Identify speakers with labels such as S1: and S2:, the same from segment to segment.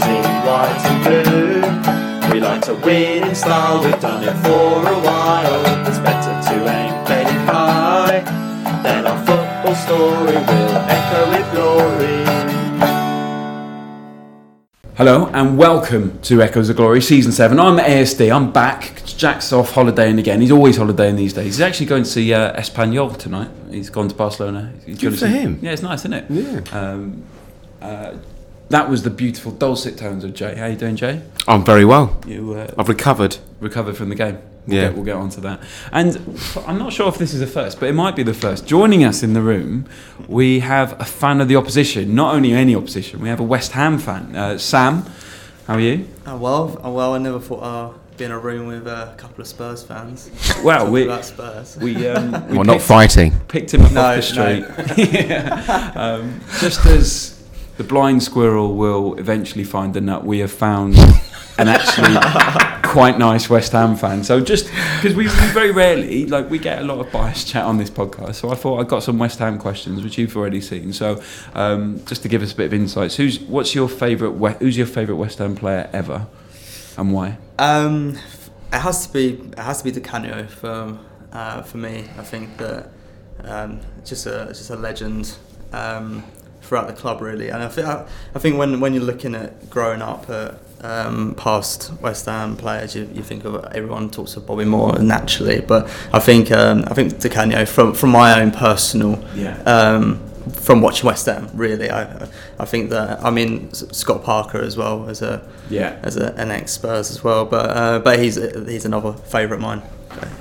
S1: white and blue. We like to win in style, we've done it for a while. It's better to aim playing high. Then our football story will echo with glory.
S2: Hello and welcome to Echoes of Glory Season 7. I'm ASD, I'm back. Jack's off holidaying again. He's always holidaying these days. He's actually going to see uh, Espanyol tonight. He's gone to Barcelona. He's
S3: Good
S2: gonna
S3: for
S2: see-
S3: him.
S2: Yeah, it's nice, isn't it?
S3: Yeah.
S2: Um, uh, that was the beautiful dulcet tones of Jay. How you doing, Jay?
S3: I'm Oh, very well.
S2: You uh,
S3: I've recovered.
S2: recovered from the game. We'll
S3: Yeah.
S2: Get, we'll get on to that. And I'm not sure if this is a first, but it might be the first. Joining us in the room, we have a fan of the opposition. Not only any opposition, we have a West Ham fan. Uh, Sam, how are you?
S4: Oh, well, oh, well, I never thought I'd be in a room with uh, a couple of Spurs fans.
S2: Well,
S4: Talk
S2: we-
S4: about Spurs.
S2: We, um, we
S3: Well, not
S2: picked-
S3: fighting.
S2: picked him up
S4: No,
S2: off the street. Yeah. um, just as the blind squirrel will eventually find the nut, we have found an actually quite nice West Ham fan. So just because we, we very rarely like we get a lot of biased chat on this podcast, so I thought I got some West Ham questions which you've already seen. So um, just to give us a bit of insights, who's what's your favourite we- who's your favourite West Ham player ever, and why?
S4: Um, it has to be it has to be De Canio for uh, for me. I think that um, just a just a legend um, throughout the club really. And I think I, I think when, when you're looking at growing up at um, past West Ham players, you, you think of everyone talks of Bobby Moore naturally. But I think um, I think De Canio from from my own personal
S2: Yeah.
S4: um, from watching West Ham really. I I think that I mean S- Scott Parker as well as a
S2: Yeah.
S4: as a, an ex Spurs as well. But uh, but he's he's another favourite of mine.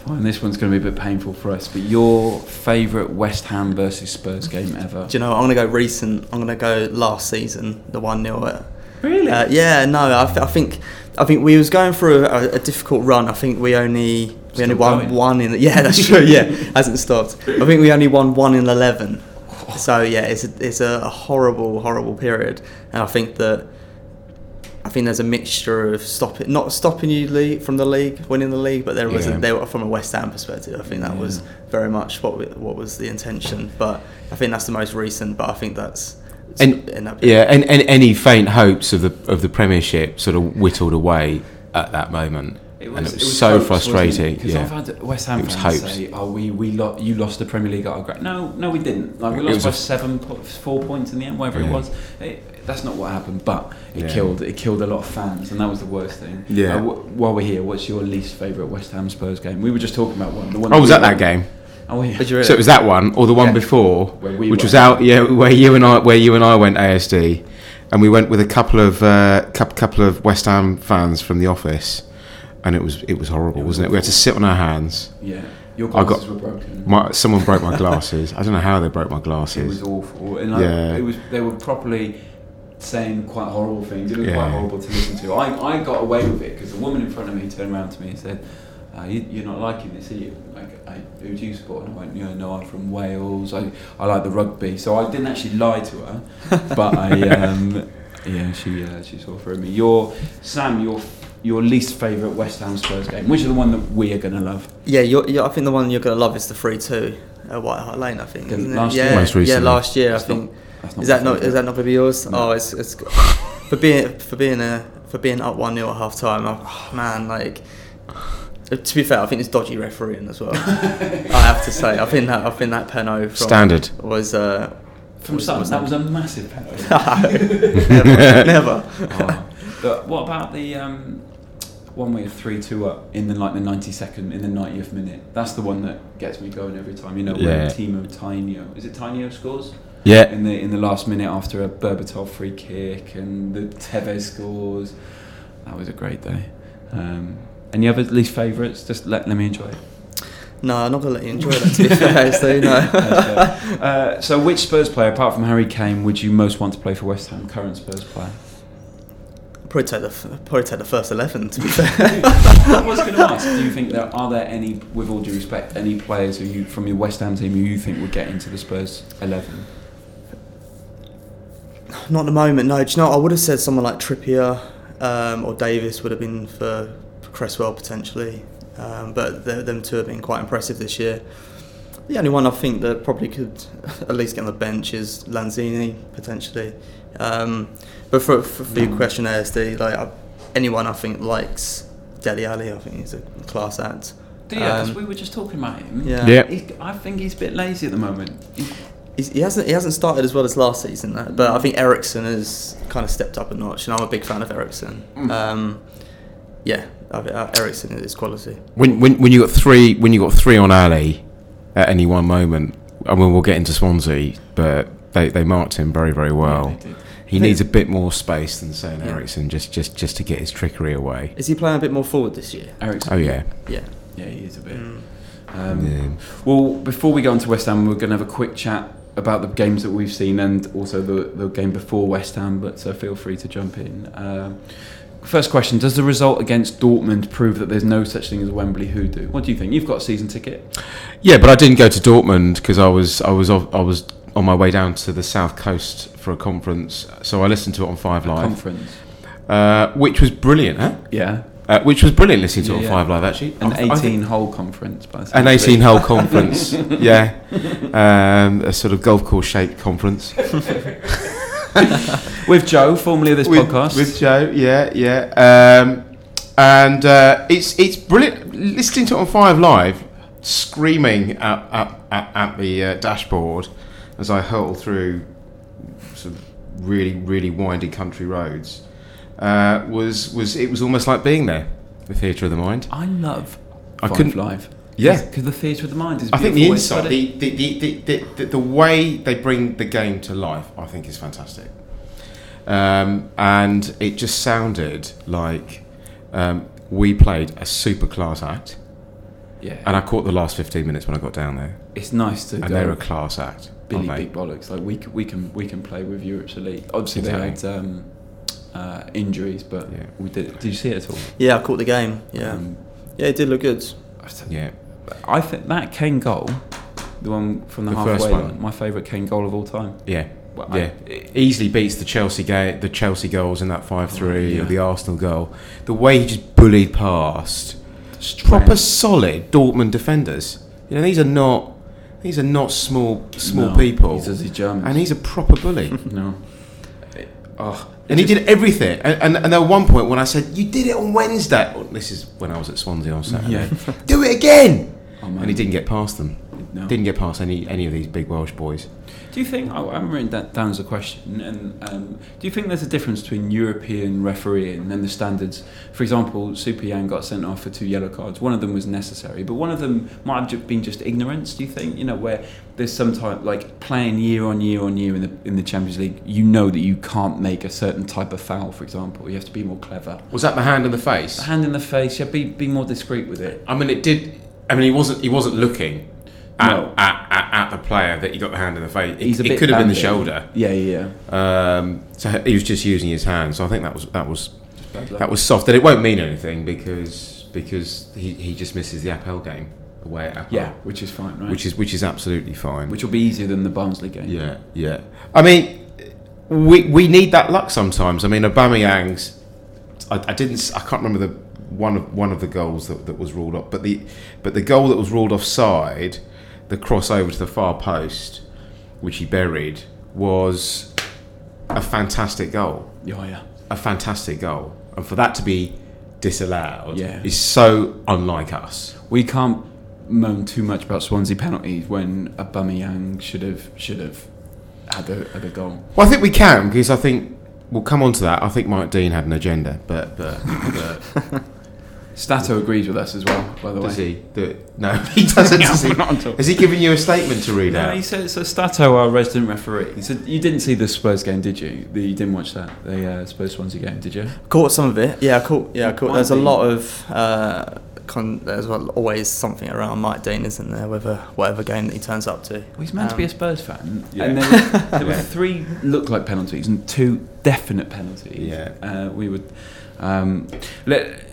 S2: And this one's going to be a bit painful for us, but your favourite West Ham versus Spurs game ever?
S4: Do you know? what? I'm gonna go recent. I'm gonna go last season, the one 0 at.
S2: Really?
S4: Uh, yeah. No. I, th- I think I think we was going through a, a difficult run. I think we only we
S2: Still
S4: only won
S2: going.
S4: one in. Yeah, that's true. Yeah, hasn't stopped. I think we only won one in eleven. So yeah, it's a, it's a horrible horrible period, and I think that. I think there's a mixture of stopping, not stopping you league, from the league, winning the league, but there was
S3: Yeah.
S4: a, there, from a West Ham perspective. I think that was
S2: Yeah.
S4: very much what we, what was the intention. But I think that's the most recent. But I think that's
S3: And
S4: in that
S3: yeah,
S4: period.
S3: and, and any faint hopes of the of the Premiership sort of whittled away at that moment, and it was, so
S2: hopes, wasn't it?
S3: frustrating.
S2: 'Cause I've
S3: Yeah,
S2: had West Ham
S3: It was
S2: fans
S3: hopes.
S2: say, "Oh, we, we lo- you lost the Premier League at our gra-" No, no, we didn't. Like we
S3: It
S2: lost
S3: was
S2: by
S3: a-
S2: seven, po- four points in the end, whatever it
S3: Yeah.
S2: was. It, that's not what happened, but it
S3: Yeah.
S2: killed it killed a lot of fans, and that was the worst thing.
S3: Yeah.
S2: Uh, wh- while we're here, what's your least favourite West Ham Spurs game? We were just talking about one. The one
S3: I Oh, was
S2: we
S3: at that
S2: won.
S3: game.
S2: Oh yeah.
S4: Did you really-
S3: So it was that one, or the one
S4: Yeah.
S3: before,
S2: Where we
S3: which was
S2: went.
S3: out. Yeah, where you and I, where you and I went ASD, and we went with a couple of uh, cou- couple of West Ham fans from the office, and it was it was horrible,
S2: It was
S3: was not it? We had to sit on our hands.
S2: Yeah. Your
S3: I
S2: glasses
S3: got-
S2: were broken.
S3: My, someone broke my glasses. I don't know how they broke my
S2: It was
S3: glasses.
S2: awful, and like,
S3: Yeah.
S2: it was. They were properly saying quite horrible things. It was quite
S3: Yeah.
S2: horrible to listen to. I, I got away with it because the woman in front of me turned around to me and said, uh, you, "You're not liking this, are you? Like, I, who do you support?" And I went, "You know, no, I'm from Wales. I, I like the rugby." So I didn't actually lie to her, but I, um, yeah, she uh, she saw through me. Your Sam, your your least favourite West Ham Spurs game, which is the one that we are going to love.
S4: yeah. You're, you're, I think the one you're gonna love is the three two at White Hart Lane. I think
S2: The
S4: isn't it?
S2: last year.
S4: yeah,
S3: Most recently.
S4: yeah, last year. I
S2: That's not-
S4: think
S2: That's
S4: is
S2: my
S4: that not
S2: favourite.
S4: is that not gonna be yours?
S2: No.
S4: Oh, it's it's for being for being a for being up one 0 at half time. Oh, man, like to be fair, I think it's dodgy refereeing as well. I have to say, I think that I think that penalty from
S3: Standard.
S4: was uh,
S2: From Sam, that was a massive penalty.
S4: never. never.
S2: Oh. But what about the um, one where you're three two up in the like the ninety second in the ninetieth minute? That's the one that gets me going every time. You know,
S3: Yeah.
S2: when Timo Tainio is it Tainio scores
S3: Yeah,
S5: Eh.
S2: in the in the last minute after a Berbatov free kick and the Tevez scores. That was a great day. Um, any other least favourites? Just let let me enjoy it.
S4: No, I'm not gonna let you enjoy that. To be fair, so no.
S2: uh, so, which Spurs player, apart from Harry Kane, would you most want to play for West Ham? Current Spurs player.
S4: probably take the f- probably take the first eleven. To be fair,
S2: I was going to ask, do you think there are there any, with all due respect, any players who you from your West Ham team who you think would get into the Spurs eleven?
S4: not at the moment. No, do you know? what? I would have said someone like Trippier um, or Davis would have been for Cresswell potentially, um, but th- them two have been quite impressive this year. The only one I think that probably could at least get on the bench is Lanzini potentially. Um, but for, for, for your question, ASD, like I, anyone I think likes Deli Ali, I think he's a class act.
S2: Yeah, because
S4: Um,
S2: we were just talking about him.
S4: Yeah.
S5: Yeah.
S2: He's, I think he's a bit lazy at the moment. He-
S4: He's, he hasn't he hasn't started as well as last season, though, but I think Ericsson has kind of stepped up a notch, and I'm a big fan of Ericsson.
S2: Mm.
S4: Um, yeah, I, think, uh, Ericsson is quality.
S5: When, when when you got three when you got three on Ali at any one moment, I mean we'll get into Swansea, but they, they marked him very very well.
S2: Yeah, they did.
S5: he needs a bit more space than saying
S4: Yeah.
S5: Ericsson just just just to get his trickery away.
S4: Is he playing a bit more forward this year?
S2: Eric's-
S5: Oh yeah,
S4: Yeah.
S2: Yeah, he is a bit.
S4: Mm.
S2: Um,
S5: Yeah.
S2: Well, before we go on to West Ham, we're going to have a quick chat about the games that we've seen and also the, the game before West Ham, but so feel free to jump in. Um first question Does the result against Dortmund prove that there's no such thing as Wembley hoodoo? What do you think? You've got a season ticket.
S5: yeah. But I didn't go to Dortmund because I was I was off, I was on my way down to the south coast for a conference, so I listened to it on Five Live,
S2: Conference.
S5: uh, which was brilliant. Huh?
S2: Yeah.
S5: Uh, which was brilliant listening to
S2: Yeah,
S5: it on
S2: yeah.
S5: Five Live actually.
S2: An
S5: I- I think-
S2: 18 hole conference. By the
S5: an
S2: sound of it.
S5: 18 hole conference yeah um, a sort of golf course shaped conference
S2: With Joe, formerly of this
S5: with,
S2: podcast.
S5: with Joe yeah yeah um, and uh, it's it's brilliant listening to it on Five Live screaming at, at, at, at the uh, dashboard as I hurtle through some really really windy country roads uh, was was it was almost like being there the theatre of the mind
S2: I love
S5: I
S2: Five
S5: couldn't-
S2: Live.
S5: Yeah.
S2: Because the Theatre of the Mind is
S5: I think the
S2: beautiful. It's
S5: insight,
S2: got
S5: the,
S2: a-
S5: the, the, the, the, the, the way they bring the game to life, I think is fantastic. Um, and it just sounded like um, we played a super class act.
S2: yeah.
S5: And I caught the last 15 minutes when I got down there.
S2: it's nice to
S5: And
S2: go
S5: they're a class act.
S2: Billy
S5: aren't they?
S2: Big Bollocks. Like we, c- we can we can play with Europe's elite. Obviously
S5: Exactly.
S2: they had um, uh, injuries, but
S5: Yeah.
S2: we did. Did you see it at all?
S4: Yeah, I caught the game. Yeah.
S2: Um,
S4: yeah, it did look good.
S2: I th-
S5: Yeah.
S2: I think that Kane goal, the one from the,
S5: The
S2: halfway
S5: first one.
S2: line, my favourite Kane goal of all time.
S5: Yeah.
S2: Well, I-
S5: yeah. It easily beats the Chelsea ga- the Chelsea goals in that 5 3
S2: Oh, Yeah.
S5: or the Arsenal goal. The way he just bullied past. proper solid Dortmund defenders. You know, these are not these are not small small
S2: No,
S5: people.
S2: He's, he's German.
S5: and he's a proper bully.
S2: no. It- oh,
S5: and he did everything. And, and, and at one point when I said, "You did it on Wednesday," oh, this is when I was at Swansea on Saturday.
S2: Yeah.
S5: Do it again.
S2: Oh, man.
S5: and he didn't get past them.
S2: No.
S5: Didn't get past any any of these big Welsh boys.
S2: Do you think? Oh, I'm writing that down as a question. And um, do you think there's a difference between European refereeing and the standards? For example, Super Yang got sent off for two yellow cards. One of them was necessary, but one of them might have ju- been just ignorance. Do you think? You know, where there's sometimes like playing year on year on year in the in the Champions League, you know that you can't make a certain type of foul. For example, you have to be more clever.
S5: Was that the hand in the face?
S2: Hand in the face. Yeah, be be more discreet with it.
S5: I mean, it did. I mean, he wasn't he wasn't looking at,
S2: No.
S5: at, at, at the player that he got the hand in the face. It,
S2: He's a
S5: it
S2: bit
S5: could have been the
S2: bandit.
S5: shoulder.
S2: Yeah, yeah,
S5: Um, so he was just using his hand. So I think that was that was
S2: yeah.
S5: that was soft. And it won't mean anything because because he, he just misses the Appel game away at Appel,
S2: yeah, which is fine, right?
S5: which is which is absolutely fine.
S2: which will be easier than the Barnsley game.
S5: yeah, yeah. I mean, we we need that luck sometimes. I mean, Aubameyang's. I, I didn't. s- I can't remember the one of one of the goals that, that was ruled off, but the but the goal that was ruled offside, the crossover to the far post, which he buried, was a fantastic goal
S2: Yeah, yeah.
S5: a fantastic goal, and for that to be disallowed
S2: Yeah.
S5: is so unlike us.
S2: We can't moan too much about Swansea penalties when Aubameyang should have should have had a, had a goal.
S5: Well, I think we can because I think we'll come on to that. I think Mike Dean had an agenda, but but, but
S2: Stato agrees with us as well, by the
S5: does
S2: way.
S5: he? Do, no, he doesn't.
S2: Yeah,
S5: does he?
S2: we're not on top.
S5: Has he given you a statement to read
S2: No,
S5: out?
S2: he said so. Stato, our resident referee, he said you didn't see the Spurs game, did you? The, you didn't watch that the uh, Spurs Swansea game, did you?
S4: Caught some of it. Yeah, I caught. Yeah, I caught. There's a
S2: Mike Dean.
S4: lot of. Uh, con- there's al- always something around Mike Dean, isn't there? Whether whatever game that he turns up to.
S2: Well, he's meant to
S4: Um,
S2: be a Spurs fan,
S5: Yeah.
S2: and there were, there were
S5: Yeah.
S2: three look-like penalties and two definite penalties.
S5: Yeah.
S2: uh, we would um, let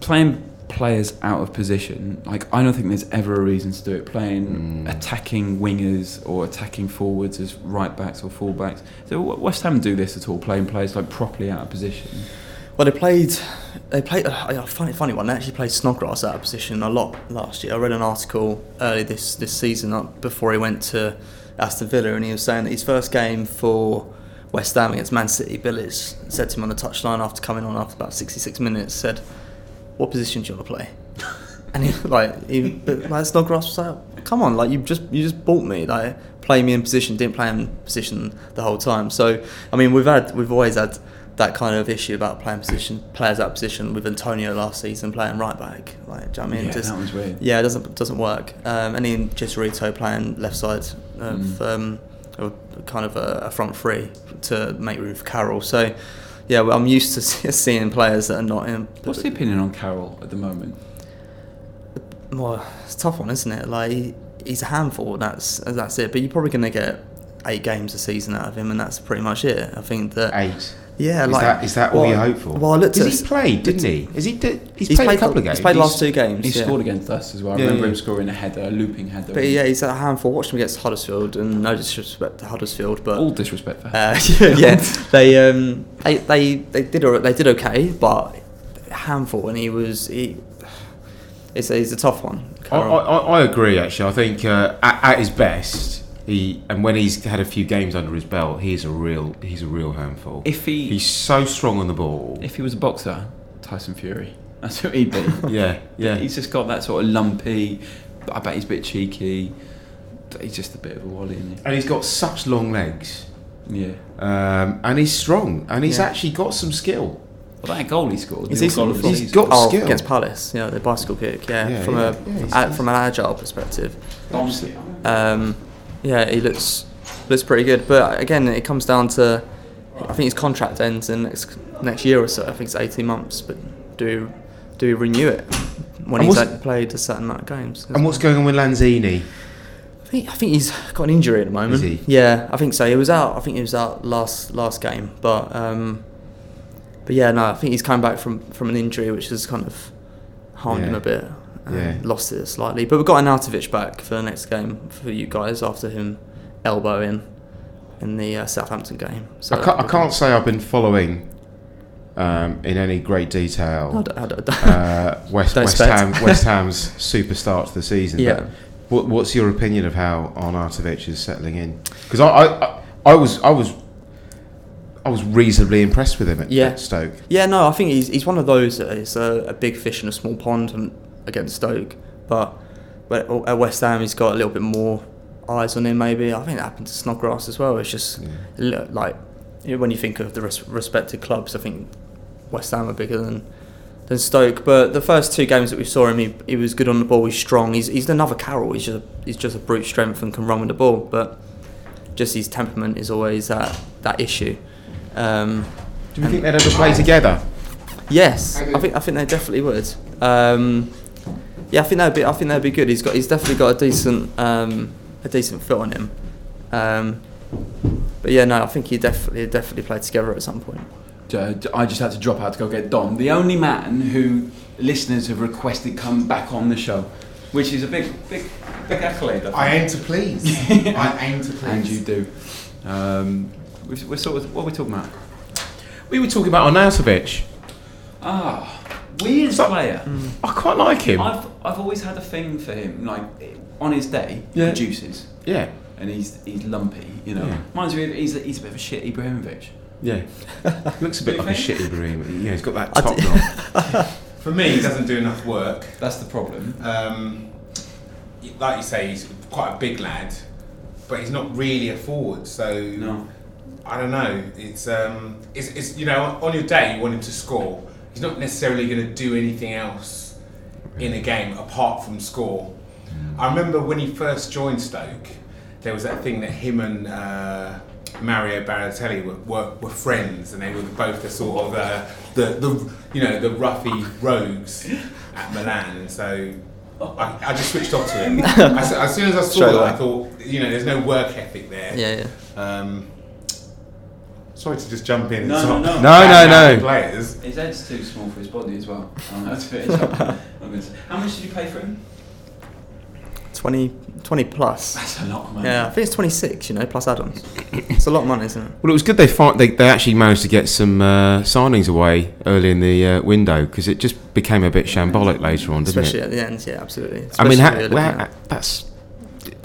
S2: playing players out of position. Like I don't think there's ever a reason to do it. Playing
S5: Mm.
S2: attacking wingers or attacking forwards as right backs or full backs. So W- West Ham do this at all? Playing players like properly out of position.
S4: Well, they played. They played. Uh, a funny, funny one. They actually played Snodgrass out of position a lot last year. I read an article early this this season uh, before he went to Aston Villa, and he was saying that his first game for West Ham against Man City, Billis said to him on the touchline after coming on after about 66 minutes, said, "What position do you want to play?" and he like, he, but like Snodgrass was like, "Come on, like you just you just bought me, like play me in position." Didn't play him in position the whole time. So I mean, we've had we've always had that kind of issue about playing position players out of position with Antonio last season playing right back. Like, do you know what I mean?
S2: Yeah, that one's weird.
S4: Yeah, it doesn't doesn't work. Um, and then Chicharito playing left side of
S2: Mm.
S4: um, of kind of a, a front three to make room for Carroll. So yeah, well, I'm used to see- seeing players that are not in.
S2: What's the opinion on Carroll at the moment?
S4: Well, it's a tough one, isn't it? Like he- he's a handful. and That's and that's it. But you're probably going to get eight games a season out of him, and that's pretty much it. I think that
S3: Eight.
S4: Yeah,
S3: Is
S4: like
S3: that- is that all
S4: well,
S3: you hope for?
S4: Well, I looked at
S3: Because he played, didn't he? Is he? Did, he's, played, a couple of games.
S4: He's played the last two games.
S2: He
S4: yeah.
S2: scored against us as well. I
S3: Yeah,
S2: remember
S3: yeah.
S2: him scoring a header, a looping header.
S4: But yeah, he's a handful. Watched him against Huddersfield, and no disrespect to Huddersfield, but
S3: Oh.
S2: all disrespect for
S4: uh, yeah, they um, they they they did all right- they did okay, but a handful, and he was he. It's a, it's a tough one.
S3: I, I, I I agree. Actually, I think uh, at, at his best, he and when he's had a few games under his belt, he's a real he's a real handful.
S2: If he
S3: he's so strong on the ball.
S2: if he was a boxer, Tyson Fury. That's who he'd be.
S3: yeah, yeah.
S2: He's just got that sort of lumpy. But I bet he's a bit cheeky. but He's just a bit of a wally, isn't
S3: and he's got such long legs,
S2: he? Yeah.
S3: um, and he's strong, and he's
S4: Yeah.
S3: actually got some skill.
S2: Well, that goal he scored.
S4: Is
S2: the
S4: he-
S2: goal of the
S3: he's
S2: season.
S3: got-
S4: oh,
S3: skill.
S4: against Palace, yeah, the bicycle kick, yeah,
S3: Yeah,
S4: from
S3: yeah,
S4: a,
S3: yeah, he's-
S4: a- from an agile perspective.
S2: Bombs it.
S4: Um, yeah, he looks looks pretty good, but again, it comes down to I think his contract ends in next next year or so. I think it's eighteen months, but do do we renew it when
S3: And
S4: he's
S3: what's-
S4: like played a certain amount of games?
S3: And what's going on with Lanzini?
S4: I think I think he's got an injury at the moment.
S3: Is he?
S4: Yeah, I think so. He was out. I think he was out last last game, but um, but yeah, no, I think he's come back from from an injury which has kind of harmed him
S3: Yeah.
S4: a bit. and
S3: Yeah.
S4: lost it slightly, but we've got Arnautovic back for the next game for you guys after him elbowing in the uh, Southampton game. So
S3: I, can't, I can't say I've been following um, in any great detail.
S4: I don't- I don't-
S3: uh, West,
S4: Don't
S3: West,
S4: expect.
S3: Ham, West Ham's super start to the season.
S4: Yeah.
S3: But What, what's your opinion of how Arnautovic is settling in? Because I, I, I, I was, I was, I was reasonably impressed with him at,
S4: Yeah.
S3: at Stoke.
S4: Yeah, no, I think he's, he's one of those that is a, a big fish in a small pond and against Stoke, but but at West Ham he's got a little bit more eyes on him. Maybe I think that happened to Snodgrass as well. It's just a little- like you know, when you think of the res- respected clubs, I think West Ham are bigger than than Stoke. But the first two games that we saw him, he, he was good on the ball. He's strong. He's, he's another Carroll. He's just a, he's just a brute strength and can run with the ball, but just his temperament is always that that issue. Um,
S3: Do we think they'd ever play together?
S4: Yes, I think I think they definitely would. Um, yeah, I think that'd be I think that'd be good. He's got he's definitely got a decent um, a decent foot on him. Um, but yeah, no, I think he definitely definitely played together at some point.
S2: Uh, I just had to drop out to go get Don, the only man who listeners have requested come back on the show, which is a big, big, big accolade. I, think.
S5: aim to please. I aim to please.
S2: and you do. Um, we've, we're sort of what are we talking about?
S3: We were talking about Arnautovic.
S2: Ah, weird
S3: So-
S2: player.
S3: I quite like him.
S2: I've I've always had a thing for him. Like on his day,
S3: Yeah.
S2: he produces
S3: yeah,
S2: and he's he's lumpy. You know,
S3: Yeah.
S2: reminds me of he's a, he's a bit of a shit Ibrahimovic.
S3: yeah. Looks a bit
S2: Do you
S3: like a
S2: think?
S3: shitty Ibrahim. Yeah, he's got that
S4: I
S3: top
S4: d-
S3: knot.
S5: For me, he doesn't do enough work.
S2: That's the problem.
S5: Um, like you say, he's quite a big lad, but he's not really a forward. So
S2: No.
S5: I don't know. It's, um, it's it's you know on your day you want him to score. He's not necessarily going to do anything else in a game apart from score.
S4: Mm.
S5: I remember when he first joined Stoke, there was that thing that him and uh, Mario Baratelli were, were, were friends, and they were both the sort of uh, the the you know the roughy rogues at Milan, and so. I, I just switched off to him. as, as soon as I saw
S4: Straight
S5: that,
S4: away.
S5: I thought, you know, there's no work ethic there.
S4: Yeah, yeah.
S5: Um, sorry to just jump in. and
S2: No,
S5: sort
S2: no, no.
S5: of
S3: No,
S5: bang
S3: no,
S5: out
S3: no.
S5: the Players.
S2: His head's too small for his body as well. I know, it's a bit- I'm gonna say- How much did you pay for him?
S4: 20, 20 plus.
S2: That's a lot, man.
S4: Yeah, I think it's twenty six. You know, plus add-ons. It's a lot of money, isn't it?
S3: Well, it was good they find, they, they actually managed to get some uh, signings away early in the uh, window because it just became a bit shambolic later on, didn't it?
S4: Especially at the end. Yeah, absolutely.
S3: I mean,
S4: Especially
S3: ha
S4: when you're looking
S3: well,
S4: at-
S3: that's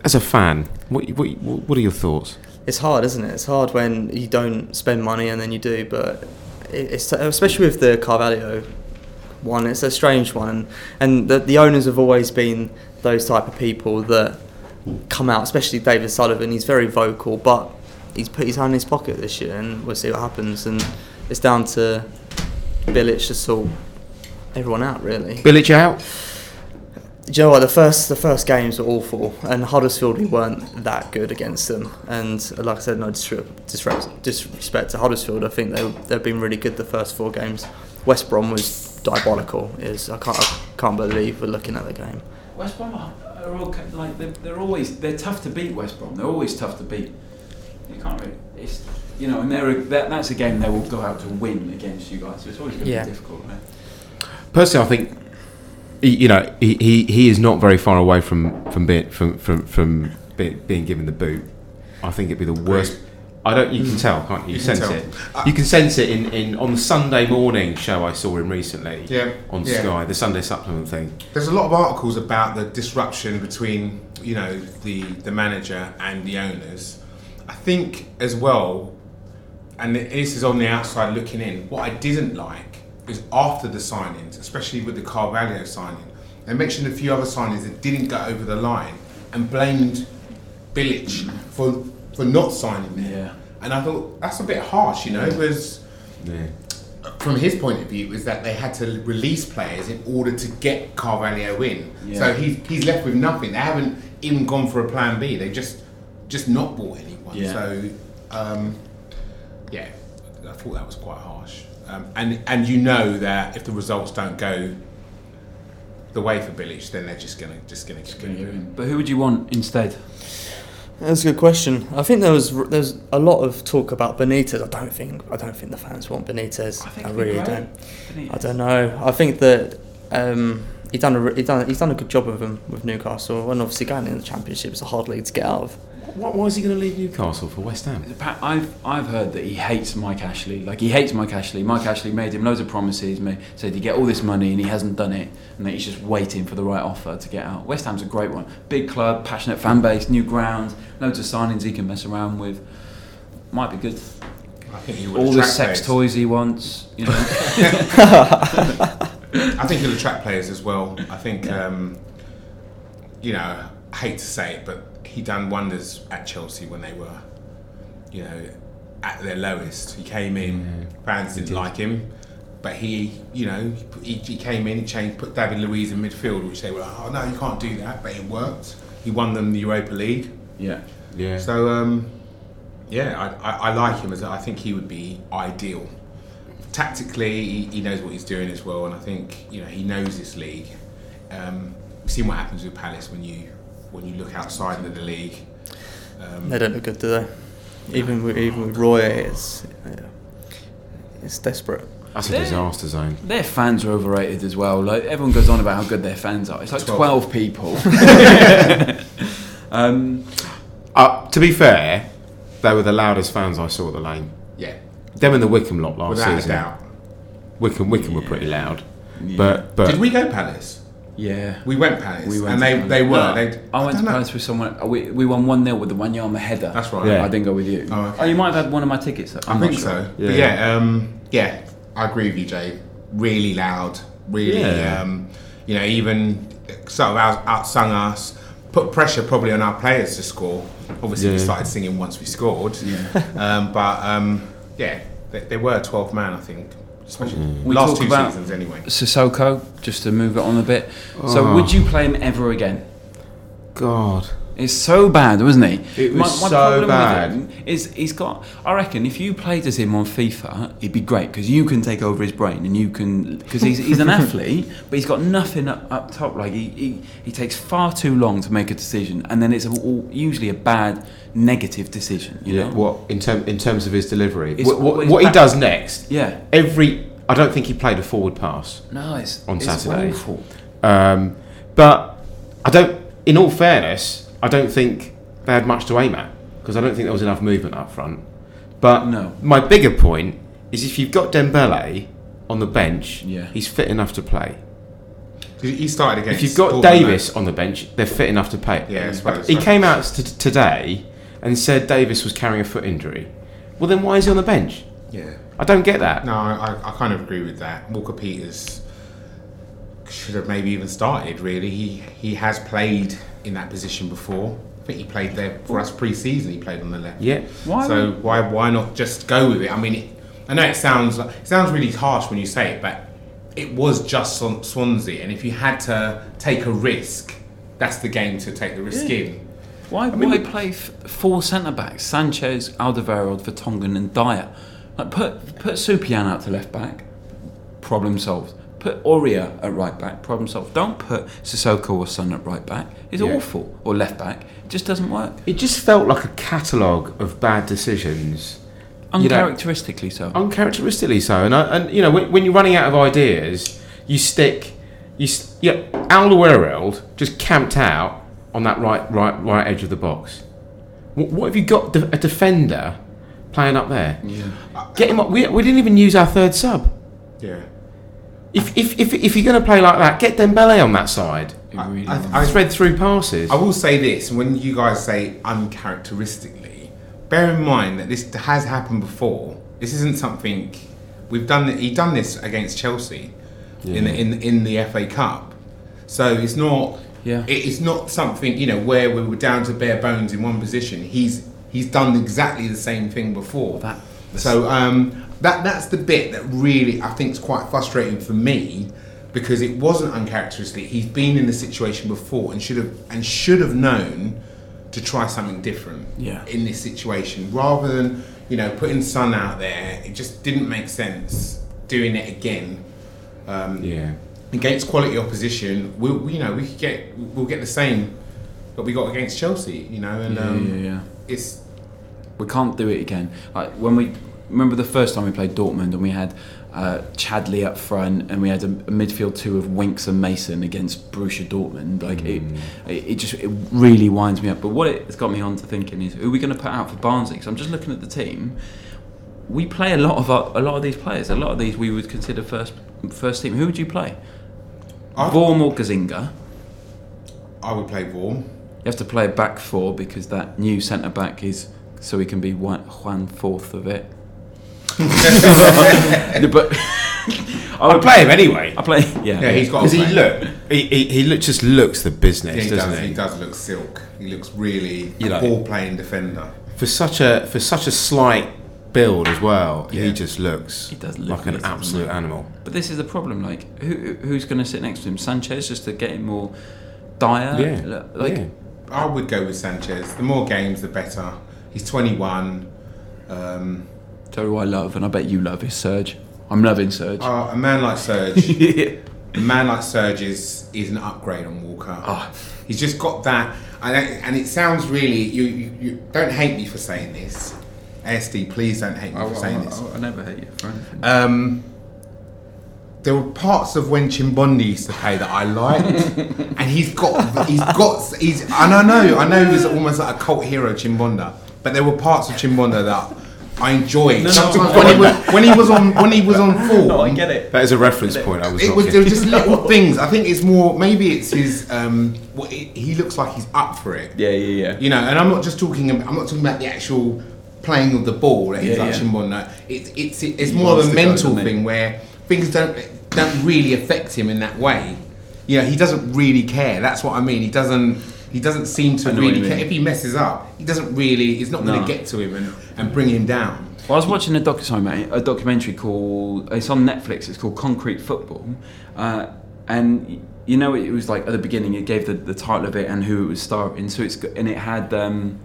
S3: as a fan. What, what, what are your thoughts?
S4: it's hard, isn't it? It's hard when you don't spend money and then you do, but it, it's especially with the Carvalho one. It's a strange one, and, and the, the owners have always been those type of people that come out, especially David Sullivan. He's very vocal, but he's put his hand in his pocket this year, and we'll see what happens. And it's down to Bilic to sort everyone out, really.
S3: Billich out.
S4: Do you know what? The first the first games were awful, and Huddersfield we weren't that good against them. And like I said, no disre- disre- disrespect to Huddersfield. I think they they've been really good the first four games. West Brom was diabolical. Is I can't I can't believe we're looking at the game.
S2: West Brom are are all, ca- like they're, they're always they're tough to beat. West Brom they're always tough to beat. You can't really it's you know and they're a, that, that's a game they will go out to win against you guys. So it's always going to
S4: Yeah.
S2: be difficult. Man.
S3: Personally, I think he- you know he, he, he is not very far away from from being from from, from be, being given the boot. I think it'd be the worst. I don't. You can tell, can't you? You,
S5: Mm. You can
S3: sense
S5: tell.
S3: it. you can sense it in, in on the Sunday morning show I saw him recently.
S5: Yeah,
S3: On
S5: yeah.
S3: Sky, the Sunday supplement thing.
S5: There's a lot of articles about the disruption between you know the the manager and the owners. I think as well, and this is on the outside looking in. What I didn't like is after the signings, especially with the Carvalho signing, they mentioned a few other signings that didn't go over the line and blamed Bilic for for not signing them.
S2: Yeah.
S5: And I thought that's a bit harsh, you know, because
S3: Yeah.
S5: from his point of view, is that they had to release players in order to get Carvalho in.
S2: Yeah.
S5: So he's, he's left with nothing. They haven't even gone for a plan B. They've just just not bought anyone.
S2: Yeah.
S5: So, um, yeah, I thought that was quite harsh. Um, and and you know that if the results don't go the way for Bilic, then they're just gonna just gonna get rid of him.
S2: But who would you want instead?
S4: That's a good question. I think there was there's a lot of talk about Benitez. I don't think I don't think the fans want Benitez.
S2: I
S4: I,
S2: think it'd be
S4: really
S2: great.
S4: don't. I don't know. I think that um, he done a re- he done he's done a good job of him with Newcastle, and obviously going in the Championship is a hard league to get out of.
S3: Why, why is he going to leave Newcastle for West Ham?
S2: Pa- I've I've heard that he hates Mike Ashley. Like he hates Mike Ashley. Mike Ashley made him loads of promises, made, said you get all this money, and he hasn't done it, and that he's just waiting for the right offer to get out. West Ham's a great one, big club, passionate fan base, new ground, loads of signings he can mess around with. Might be good.
S5: I think he will
S2: All the
S5: attract
S2: sex
S5: players.
S2: toys he wants. You know,
S5: I think he'll attract players as well. I think, um, you know, I hate to say it, but he done wonders at Chelsea when they were, you know, at their lowest. He came in, fans didn't like him, but he, you know, he, he came in, changed, put David Luiz in midfield, which they were like, oh no, you can't do that, but it worked. He won them the Europa League.
S2: yeah.
S3: Yeah.
S5: So, um, yeah, I, I, I like him as I think he would be ideal. Tactically, he, he knows what he's doing as well, and I think you know he knows this league. Um, we've seen what happens with Palace when you when you look outside of the league. Um,
S4: They don't look good, do they? Even with, even with Roy, it's yeah, it's desperate.
S3: That's a
S2: Yeah.
S3: disaster zone.
S2: Their fans are overrated as well. Like everyone goes on about how good their fans are. It's like twelve,
S5: Twelve.
S2: people. um,
S3: Uh, to be fair, they were the loudest fans I saw at the lane.
S5: yeah,
S3: Them and the Wickham lot last
S5: without a
S3: season.
S5: doubt.
S3: Wickham, Wickham were pretty loud.
S2: Yeah.
S3: But but
S5: Did we go Palace?
S2: yeah.
S5: We went Palace,
S2: We went
S5: and
S2: to
S5: they,
S2: Palace.
S5: they were.
S2: No,
S5: they,
S2: I went
S5: don't
S2: to
S5: know.
S2: Palace with someone. uh, We, we won one 0 with the Wanyama header.
S5: That's right.
S3: Yeah.
S2: I didn't go with you.
S5: Oh, okay.
S2: you might have had one of my tickets.
S5: I
S2: I'm
S5: think
S2: not sure.
S5: so.
S3: Yeah.
S5: But yeah, um, yeah, I agree with you, Jay. Really loud, really,
S3: Yeah.
S5: um, you know, even sort of out, outsung us, put pressure probably on our players to score. Obviously, we
S3: Yeah.
S5: started singing once we scored, um, but um, yeah, they, they were 12 man, I think, especially
S3: Mm.
S2: We
S5: last
S2: talk
S5: two
S2: about-
S5: seasons anyway.
S2: Sissoko, just to move it on a bit. So
S3: Oh.
S2: would you play him ever again?
S3: God.
S2: It's so bad, wasn't he?
S3: It was so
S2: with
S3: bad.
S2: him Is he's got? I reckon if you played as him on FIFA, it'd be great because you can take over his brain and you can because he's, he's an athlete, but he's got nothing up, up top. Like he, he he takes far too long to make a decision, and then it's all, usually a bad negative decision. You
S3: Yeah.
S2: know?
S3: What in term in terms of his delivery?
S2: It's
S3: What, what,
S2: always
S3: what he
S2: back-
S3: does next?
S2: Yeah.
S3: Every I don't think he played a forward pass.
S2: No, it's
S3: On
S2: it's
S3: Saturday.
S2: Awful.
S3: Um, but I don't. In all fairness, I don't think they had much to aim at because I don't think there was enough movement up front. But
S2: No.
S3: my bigger point is if you've got Dembele on the bench,
S2: Yeah.
S3: he's fit enough to play.
S5: 'Cause He started against.
S3: if you've got
S5: Dortmund,
S3: Davis on the bench, they're fit enough to play.
S5: Yeah, I suppose
S3: he
S5: so.
S3: came out t- today and said Davis was carrying a foot injury, well then why is he on the bench?
S5: Yeah.
S3: I don't get that.
S5: No, I, I kind of agree with that. Walker Peters should have maybe even started. Really, he he has played in that position before. I think he played there for us pre-season. He played on the left.
S3: Yeah.
S2: Why
S5: So why why not just go with it? I mean, it, I know it sounds like, it sounds really harsh when you say it, but it was just Swan- Swansea, and if you had to take a risk, that's the game to take the risk in.
S2: Why, why play f- four centre backs? Sanchez, Alderweireld, Vertonghen, and Dyer. Like put put Supian out to left back, problem solved. Put Oria at right back, problem solved. Don't put Sissoko or Son at right back. It's
S3: Yeah.
S2: awful. Or left back, it just doesn't work.
S3: It just felt like a catalogue of bad decisions. You don't-
S2: Uncharacteristically so.
S3: uncharacteristically so. And I, and you know when, when you're running out of ideas, you stick you s- yeah Alderweireld just camped out on that right right right edge of the box. What, what have you got de- a defender playing up there? Yeah. Get him up. We, we didn't even use our third sub.
S5: Yeah.
S3: If if if, if you're going to play like that, get Dembele on that side.
S5: I,
S2: really
S5: I-
S3: I
S5: I-
S3: spread through passes.
S5: I will say this: when you guys say uncharacteristically, bear in mind that this has happened before. This isn't something we've done. He done this against Chelsea in the, in the- in the FA Cup, so it's not.
S2: Yeah.
S5: it- it's not something you know where we were down to bare bones in one position. He's he's done exactly the same thing before.
S2: That-
S5: so um, that that's the bit that really I think is quite frustrating for me because it wasn't uncharacteristic. He's been in the situation before and should have and should have known to try something different
S2: Yeah.
S5: in this situation rather than you know putting Sun out there. It just didn't make sense doing it again. Um,
S3: yeah.
S5: Against quality opposition, we, we you know we could get we'll get the same that we got against Chelsea, you know, and
S2: Yeah,
S5: um,
S2: yeah, yeah.
S5: it's
S2: We can't do it again. Like when we remember the first time we played Dortmund and we had uh, Chadley up front and we had a, a midfield two of Winks and Mason against Borussia Dortmund. Like it, it, it just it really winds me up. But what it's got me on to thinking is who are we going to put out for Barnsley? Because I'm just looking at the team. We play a lot of our, a lot of these players. A lot of these we would consider first first team. Who would you play?
S5: I-
S2: Vorm or Gazinga?
S5: I would play Vorm.
S2: You have to play a back four because that new centre back is so he can be one, one fourth of it. but I
S3: I
S2: would play.
S3: play him anyway.
S2: I play. Yeah.
S5: Yeah, he's got.
S3: Because
S5: a play.
S3: he look, he, he, he look, just looks the business,
S5: Yeah, he
S3: doesn't
S5: does.
S3: he?
S5: He does look silk. He looks really a
S3: You like-
S5: ball playing defender.
S3: for such a for such a slight build as well,
S5: Yeah.
S3: he just looks
S2: He does look
S3: like an
S2: amazing,
S3: absolute
S2: doesn't he?
S3: animal.
S2: But this is the problem. Like, who who's going to sit next to him? Sanchez just to get him more dire.
S3: Yeah,
S2: Like,
S3: yeah.
S5: I would go with Sanchez. The more games, the better. He's 21. Um,
S2: so who I love, and I bet you love is Serge. I'm loving Serge.
S5: uh, a man like Serge,
S2: yeah.
S5: a man like Serge is, is an upgrade on Walker.
S3: Ah.
S5: He's just got that. And, and it sounds really. You, you, you don't hate me for saying this, ASD. Please don't hate me
S2: Oh,
S5: for saying this.
S2: I never hate you for anything.
S5: Um, there were parts of when Chimbondi used to play that I liked, and he's got, he's got, he's, and I know, I know he was almost like a cult hero, Chimbonda, but there were parts of Chimbonda that I enjoyed. Sometimes when, he was, when he was on, when he was on form,
S2: it.
S3: That is a reference point. I was.
S5: it
S3: not
S5: was there
S3: getting.
S5: were just little things. I think it's more, maybe it's his, um, what he he looks like he's up for it.
S2: Yeah, yeah, yeah.
S5: You know, and I'm not just talking. ab- I'm not talking about the actual playing of the ball. That he's
S2: Yeah,
S5: like
S2: yeah.
S5: Shimbon. No, it's it's it's
S2: He
S5: more of
S2: wants
S5: a
S2: to go,
S5: mental
S2: doesn't he?
S5: thing where things don't don't really affect him in that way. You know, he doesn't really care. That's what I mean. He doesn't. He doesn't seem to
S2: I know what
S5: really
S2: you
S5: care.
S2: mean.
S5: If he messes up, he doesn't really. It's not
S2: No.
S5: going to get to him and, and bring him down.
S2: Well, I was watching a documentary, a documentary called it's on Netflix. It's called Concrete Football, uh, and y- you know it was like at the beginning it gave the, the title of it and who it was starring. So it's g- and it had um,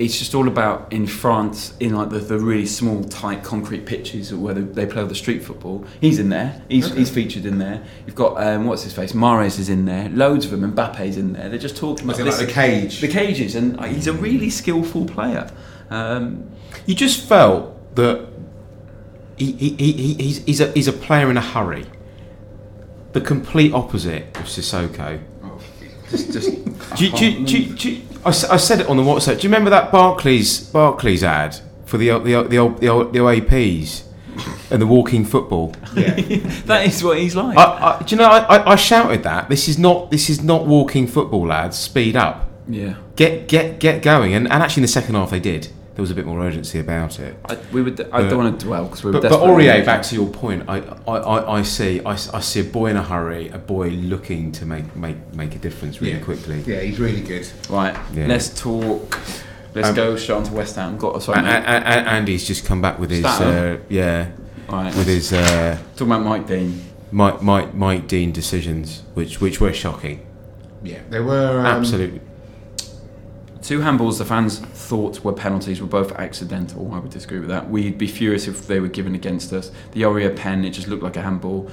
S2: it's just all about in France in like the, the really small tight concrete pitches where they, they play all the street football. He's in there. He's, he's featured in there. You've got um, what's his face? Mares is in there. Loads of them. Mbappe's in there. They're just talking
S5: Was
S2: about
S5: it like
S2: this,
S5: the cage?
S2: the cages, and uh, he's a really skillful player. Um,
S3: you just felt that he, he, he, he- he's, he's, a, he's a player in a hurry. The complete opposite of Sissoko.
S2: just, just
S3: Do you, do you, do you, do you, I, s- I said it on the WhatsApp. Do you remember that Barclays Barclays ad for the old- the old- the old, the old, the OAPs and the walking football?
S5: Yeah.
S2: That is what he's like.
S3: I, I, do you know? I, I, I shouted that. This is not. This is not walking football, lads. Speed up.
S2: Yeah.
S3: Get get get going. And, and actually, in the second half, they did. There was a bit more urgency about it.
S2: I, we would. I
S3: But-
S2: don't want to dwell because we were
S3: But, but
S2: desperately
S3: Aurier,
S2: looking.
S3: back to your point, I, I, I, I see I, s- I see a boy in a hurry, a boy looking to make make, make a difference really
S5: Yeah.
S3: quickly.
S5: Yeah, he's really good.
S2: Right.
S3: Yeah.
S2: Let's talk. Let's
S3: Um,
S2: go straight on to West Ham. Got sorry.
S3: And,
S2: mate.
S3: and, and Andy's just come back with his uh,
S2: Starter.
S3: yeah
S2: All right.
S3: with his uh,
S2: Talking about Mike Dean.
S3: Mike, Mike Mike Dean decisions, which which were shocking,
S5: Yeah, they were um,
S3: absolutely.
S2: Two handballs the fans thought were penalties were both accidental. I would disagree with that. We'd be furious if they were given against us. The Aurier pen, it just looked like a handball.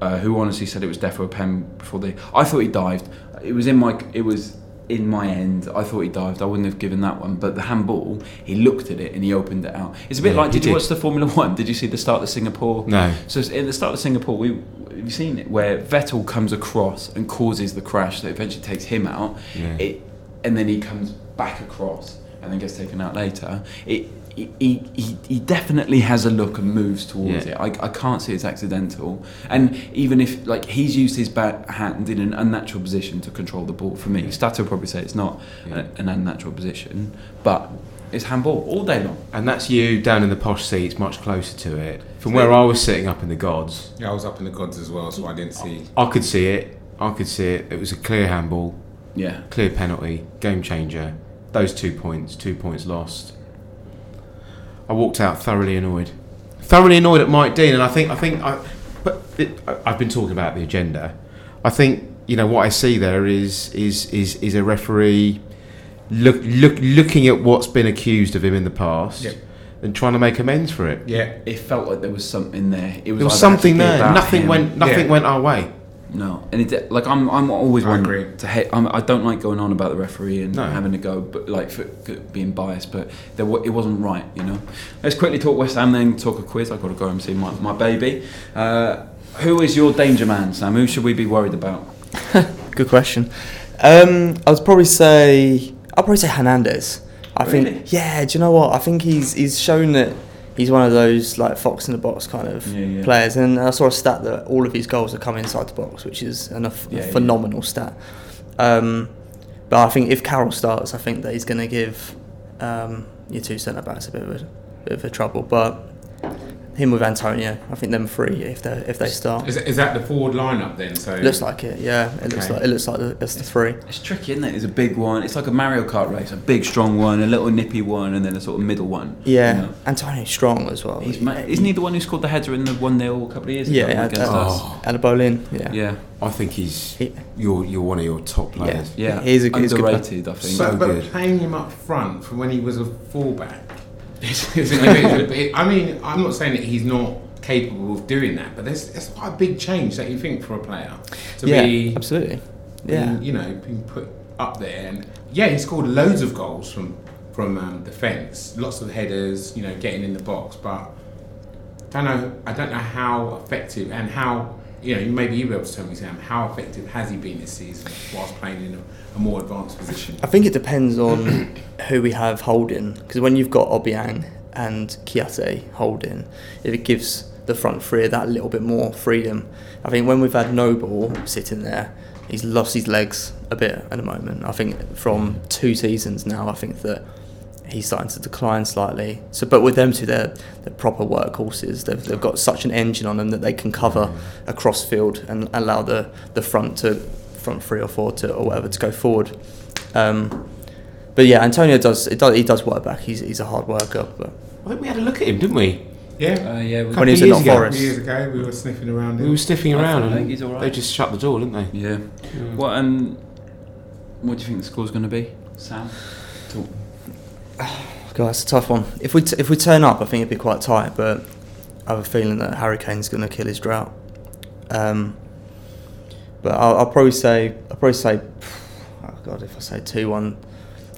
S2: Uh, who honestly said it was defo a pen before they? I thought he dived. It was in my. It was in my end. I thought he dived. I wouldn't have given that one. But the handball, he looked at it and he opened it out. It's a bit
S3: Yeah,
S2: like.
S3: he
S2: Did you
S3: did.
S2: watch the Formula One? Did you see the start of Singapore?
S3: No,
S2: So it's- at the start of Singapore, we have you seen it where Vettel comes across and causes the crash that eventually takes him out.
S3: Yeah.
S2: It, and then he comes back across and then gets taken out later. It. He, he, he- he definitely has a look and moves towards
S3: Yeah.
S2: it. I, I can't see it's accidental. And even if like he's used his back hand in an unnatural position to control the ball, for me, Stato will probably say it's not a-
S3: Yeah.
S2: an unnatural position, but it's handball all day long.
S3: and that's you down in the posh seats, much closer to it. From where I was sitting up in the gods,
S5: Yeah, I was up in the gods as well, so I didn't see.
S3: I could see it. I could see it. It was a clear handball,
S2: Yeah.
S3: clear penalty, game changer. Those two points, two points lost. I walked out thoroughly annoyed, thoroughly annoyed at Mike Dean, and I think I think I, but it, I- I've been talking about the agenda. I think you know what I see there is is is is a referee look look looking at what's been accused of him in the past
S5: Yep.
S3: and trying to make amends for it.
S5: Yeah,
S2: it felt like there was something there. It was,
S3: There was
S2: either
S3: something
S2: actually
S3: there.
S2: about
S3: Nothing
S2: him-
S3: went. Nothing
S5: Yeah.
S3: went our way.
S2: No, and it, did- like I'm, I'm always
S5: I
S2: one
S5: agree.
S2: to hate. I'm, I don't like going on about the referee and
S3: No.
S2: having a go, but like for for being biased. But there, wa- it wasn't right, you know. Let's quickly talk West Ham, then talk a quiz. I've got to go and see my my baby. Uh, who is your danger man, Sam? Who should we be worried about?
S4: Good question. Um, I would probably say I'd probably say Hernandez. I
S2: Really?
S4: think yeah. Do you know what? I think he's he's shown that he's one of those like fox in the box kind of
S2: Yeah, yeah.
S4: players. And I saw a stat that all of his goals have come inside the box, which is an, a f- a
S2: Yeah, yeah.
S4: phenomenal stat. Um, but I think if Carroll starts, I think that he's going to give um, your two centre backs a bit of a, bit of a trouble. But him with Antonio, I think them three if they if they start.
S5: is, is that the forward lineup then? So
S4: It looks like it, yeah. It looks
S5: Okay.
S4: like it looks like the- it's the three.
S2: It's tricky, isn't it? There's a big one. It's like a Mario Kart race. A big, strong one, a little nippy one, and then a sort of middle one. you
S4: Yeah,
S2: know.
S4: Antonio's strong as well.
S2: He's ma- isn't he the one who scored the header in the one 0 a couple of years ago
S4: Yeah, yeah,
S2: against
S4: that's-
S2: us?
S3: Oh.
S4: and a bowling. Yeah,
S2: Yeah.
S3: I think he's.
S4: He-
S3: You're you're one of your top
S4: Yeah.
S3: players.
S2: Yeah,
S4: He's a- he's a good player.
S2: underrated. I think.
S3: So
S5: but, but
S3: good.
S5: playing him up front from when he was a fullback. is a bit- but it- I mean, I'm not saying that he's not capable of doing that, but that's that's quite a big change that you think for a player to
S4: yeah,
S5: be,
S4: absolutely.
S5: be,
S4: Yeah,
S5: you know, being put up there. And yeah, he scored loads of goals from from um, defence, lots of headers, you know, getting in the box. But don't know, I don't know how effective and how. You know, maybe you'll be able to tell me, Sam, how effective has he been this season whilst playing in a, a more advanced position?
S4: I think it depends on who we have holding. Because when you've got Obiang and Kiate holding, if it gives the front three that little bit more freedom. I think when we've had Noble sitting there, he's lost his legs a bit at the moment. I think from two seasons now, I think that he's starting to decline slightly. So, but with them two, they're, they're proper workhorses. They've, they've got such an engine on them that they can cover across field and allow the, the front to front three or four to or whatever to go forward. Um, but yeah, Antonio does it does he does work back. He's, he's a hard worker. But
S3: I think we had a look at him, didn't we?
S5: Yeah.
S2: Uh, yeah, we-
S4: When he was
S3: years
S4: at
S3: ago,
S5: Three
S4: Forest,
S5: years ago, we were sniffing around
S3: We were
S5: him.
S3: sniffing
S2: I
S3: around,
S2: think
S3: and
S2: he's all right.
S3: they just shut the door, didn't they?
S2: yeah. What um, what do you think the score's going to be, Sam? Talk.
S4: God, that's a tough one. If we t- if we turn up, I think it'd be quite tight. But I have a feeling that Hurricane's going to kill his drought. Um, but I'll, I'll probably say I'll probably say, oh God, if I say two one,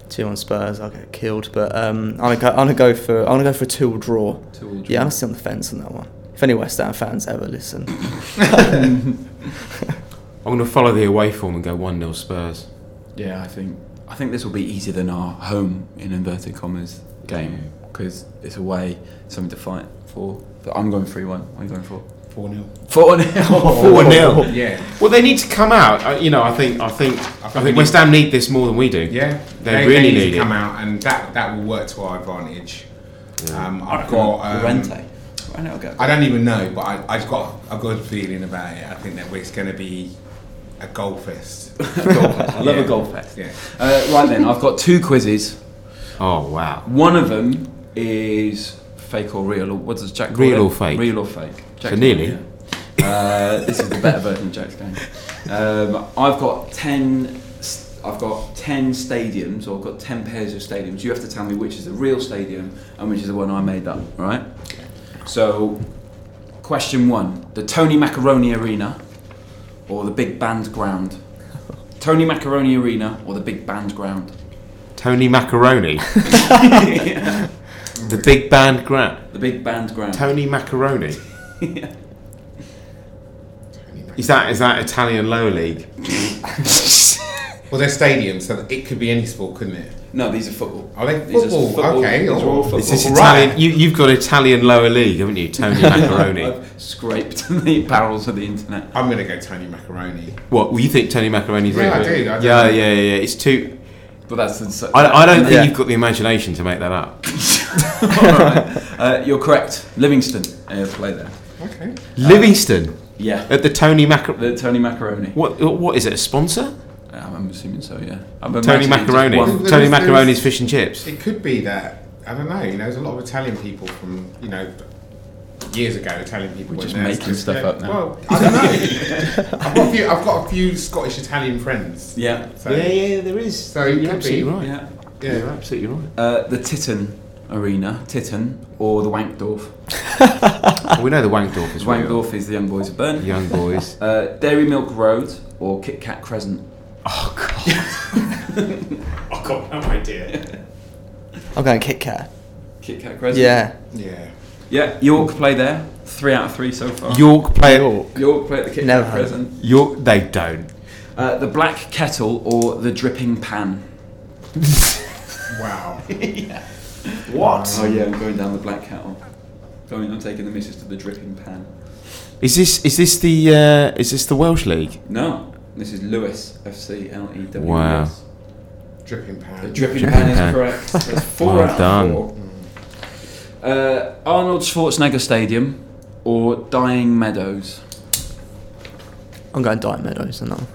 S4: two one Spurs, I'll get killed. But um, I'm gonna go, I'm gonna go for I'm gonna go for a two all draw.
S2: Two-all draw.
S4: Yeah, I'm still on the fence on that one. If any West Ham fans ever listen,
S3: I'm going to follow the away form and go 1 0 Spurs.
S2: Yeah, I think I think this will be easier than our home in inverted commas game because it's away, something to fight for. But I'm going three one. I'm going for.
S5: Four 0
S2: Four nil.
S3: Four nil.
S5: Yeah,
S3: Well, they need to come out. I- You know, I think, I think, I
S5: think we
S3: think West Ham need this more than we do.
S5: yeah.
S3: They really
S5: need,
S3: need
S5: to
S3: it.
S5: come out, and that that will work to our advantage. Um, I've got. Um,
S4: Llorente. Why not go?
S5: I don't even know, but I, I've got a good feeling about it. I think that it's going to be a goal fest.
S2: I love a goal fest.
S5: Yeah.
S2: Uh, right then, I've got two quizzes.
S3: Oh wow.
S2: One of them is fake or real, or what does Jack call
S3: Real
S2: it?
S3: or fake.
S2: Real or fake. Jack's
S3: nearly.
S2: game, yeah. Uh, this is the better version of Jack's game. Um, I've got ten. s- I've got ten stadiums, or I've got ten pairs of stadiums. You have to tell me which is the real stadium and which is the one I made up. All right. So, question one: the Tony Macaroni Arena, or the Big Band Ground. Tony Macaroni Arena or the Big Band Ground.
S3: Tony Macaroni,
S2: the
S3: the big band grant.
S2: Big Band Ground.
S3: Tony Macaroni. Is that is that Italian low league?
S5: Well, they're stadiums, so it could be any sport, couldn't it?
S2: No, these are football.
S5: Are they
S2: These are
S5: football? Okay,
S2: These are
S5: oh.
S2: all football.
S3: Is this
S5: Right.
S3: Italian? You, you've got Italian lower league, haven't you? Tony Macaroni.
S2: I've scraped the barrels of the internet.
S5: I'm going to go Tony Macaroni.
S3: what? Well, you think Tony Macaroni's
S5: Yeah,
S3: real?
S5: I do, I do.
S3: yeah, yeah, yeah, yeah. It's too.
S2: But that's the.
S3: I, I don't think
S2: Yeah.
S3: you've got the imagination to make that up.
S2: All right. uh, you're correct. Livingston uh, play there.
S5: Okay.
S3: Livingston
S2: Yeah.
S3: at the Tony Macaroni.
S2: The Tony Macaroni. Uh,
S3: What? What is it? A sponsor?
S2: I'm assuming so. Yeah. I'm
S3: Tony
S2: imagining just
S3: Macaroni.
S2: one-
S3: Tony
S5: There's-
S3: Macaroni's
S5: there's-
S3: fish and chips.
S5: It could be that I don't know. You know, there's a lot of Italian people from you know years ago. Italian people.
S2: We're
S5: went
S2: just
S5: there,
S2: making
S5: so-
S2: stuff
S5: yeah,
S2: up now.
S5: Well, I don't know. I've, got a few, I've got a few Scottish Italian friends.
S2: Yeah.
S5: So,
S3: yeah, there is.
S5: So it could be.
S3: right.
S2: Yeah.
S5: Yeah.
S3: You're absolutely right.
S2: Uh, the Titten Arena, Titten, or the Wankdorf.
S3: we know the Wankdorf is real.
S2: Wankdorf is the Young Boys of Burn.
S3: Young boys.
S2: Uh, Dairy Milk Road or Kit Kat Crescent.
S3: oh God.
S5: I've got Oh, no idea.
S4: I'm going Kit Kat.
S2: Kit Kat Crescent.
S4: Yeah.
S5: Yeah.
S2: Yeah. York play there. Three out of three so far.
S3: York play. York.
S2: York play at the Kit
S4: Never
S2: Kat
S4: heard of
S2: Crescent.
S3: They don't.
S2: Uh, the black kettle or the dripping pan?
S5: Wow.
S2: Oh yeah, I'm going down the black kettle. Going, I'm taking the missus to the dripping pan.
S3: Is this is this the uh, is this the Welsh league?
S2: No, this is Lewis F C L E W.
S3: Wow.
S5: Dripping pan. Mm.
S2: The dripping
S3: Dripping
S2: pan is
S3: pan.
S2: correct. That's four
S3: Well
S2: out
S3: done.
S2: of four. Uh, Arnold Schwarzenegger Stadium or Dying Meadows?
S4: I'm going Diet Meadows and that one.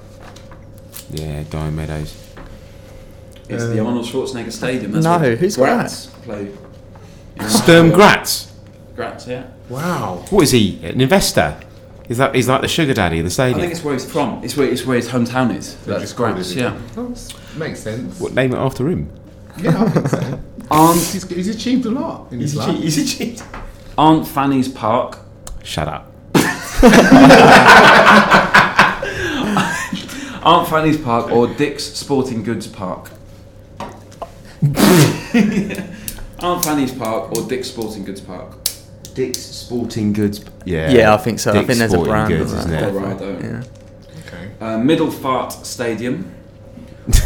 S3: Yeah, Diamond Meadows.
S2: It's the
S5: Uh,
S2: Arnold Schwarzenegger Stadium.
S4: No,
S2: where
S4: who's
S2: Graz play.
S3: Sturm Graz.
S2: Graz, yeah.
S5: Wow.
S3: What is he? An investor? Is that he's like the sugar daddy of the
S2: I think
S3: stadium?
S2: it's where he's from. It's where, it's where his hometown is. That's
S5: just called
S2: Graz,
S5: it,
S2: yeah.
S5: Well, s- makes sense.
S3: What name it after him?
S5: Yeah, I think so.
S2: Arndt
S5: he's, he's achieved a lot in his life.
S2: Aunt Fanny's Park.
S3: Shut up.
S2: Aunt Fanny's Park or Dick's Sporting Goods Park? Aunt Fanny's Park or Dick's Sporting Goods Park?
S3: Dick's Sporting Goods. Yeah.
S4: Yeah, I think so. I
S3: Dick's
S4: think there's a
S3: Sporting
S4: brand of
S3: Goods,
S4: that.
S3: isn't
S2: Or
S3: it?
S2: Rideau.
S4: Yeah.
S5: Okay.
S2: Uh, Middle Fart Stadium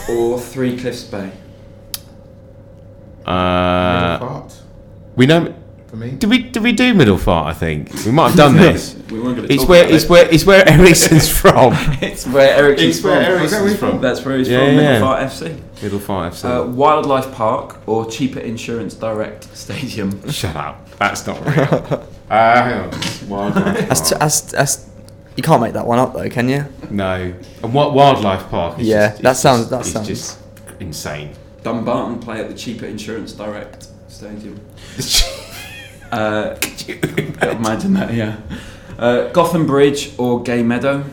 S2: or Three Cliffs Bay?
S3: Uh,
S5: fart
S3: we know.
S5: for me.
S3: Did we did we do middle fart? I think we might have done this.
S2: We weren't going to
S3: It's
S2: talk
S3: where
S2: about
S3: it's
S2: it.
S3: where it's where Ericsson's from.
S2: it's where Ericsson's
S3: It's where
S2: from.
S3: Ericsson's
S2: That's where he's
S3: from.
S2: That's where he's
S3: Yeah,
S2: from.
S3: yeah.
S2: Middle Fart FC.
S3: Middle five.
S2: Uh,
S3: So.
S2: Wildlife Park or Cheaper Insurance Direct Stadium?
S3: Shut up. That's not real. uh, hang on. Wildlife
S4: That's, t- that's, that's, you can't make that one up though, can you?
S3: no. And what wildlife park? Is
S4: Yeah,
S3: just,
S4: that
S3: is
S4: sounds-
S3: Just,
S4: that
S3: is
S4: sounds-
S3: just insane.
S2: Dumbarton play at the Cheaper Insurance Direct Stadium. Uh, imagine that, yeah. Uh, Gotham Bridge or Gay Meadow?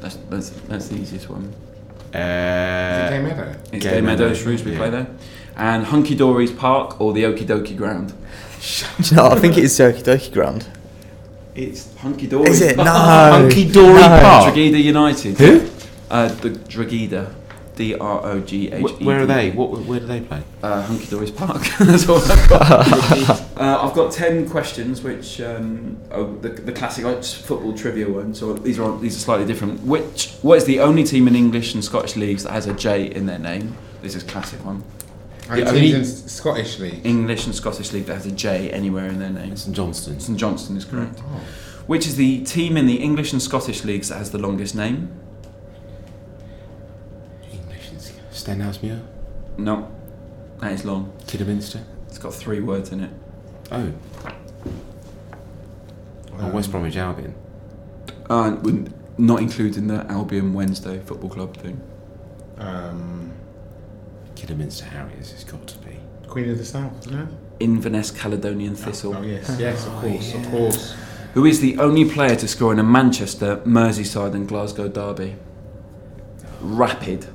S2: That's, that's, that's the easiest one.
S5: Is it
S3: Uh,
S5: Gay Meadow?
S2: It's
S3: Gay
S2: Gay, Meadow,
S3: Meadow,
S2: Shrewsbury
S3: yeah.
S2: play there. And Hunky Dory's Park or the Okie Dokie Ground?
S4: Do you know, I think it is Doki Doki Ground.
S2: It's Hunky Dory.
S4: Is it? No.
S3: Hunky Dory
S4: No.
S3: Park.
S2: Drogheda United.
S3: Who?
S2: Uh, the Drogheda. D R O G H E.
S3: Wh- Where are they? What? Where do they play?
S2: Uh, Hunky Dory's Park. That's all I've got. uh, I've got ten questions, which um, are the, the classic like, just football trivia one. So these are these are slightly different. Which what is the only team in English and Scottish leagues that has a J in their name? This is classic one.
S5: And
S2: Yeah, I
S5: he's
S2: mean-
S5: in S- Scottish League.
S2: English and Scottish league that has a J anywhere in their name.
S3: St Johnston's.
S5: Oh,
S2: St Johnston is correct. Which is the team in the English and Scottish leagues that has the longest name?
S3: English is Stenhousemuir,
S2: No, that is long.
S3: Kidderminster.
S2: It's got three words in it.
S3: Oh, oh,
S5: Um,
S3: West Bromwich Albion.
S2: Uh, wouldn't- not including the Albion Wednesday Football Club thing.
S5: Um,
S3: Kidderminster Harriers has got to be.
S5: Queen of the South, no?
S2: Inverness Caledonian Thistle,
S5: Oh, yes, yes, of course, of course.
S2: who is the only player to score in a Manchester, Merseyside, and Glasgow derby. Rapid.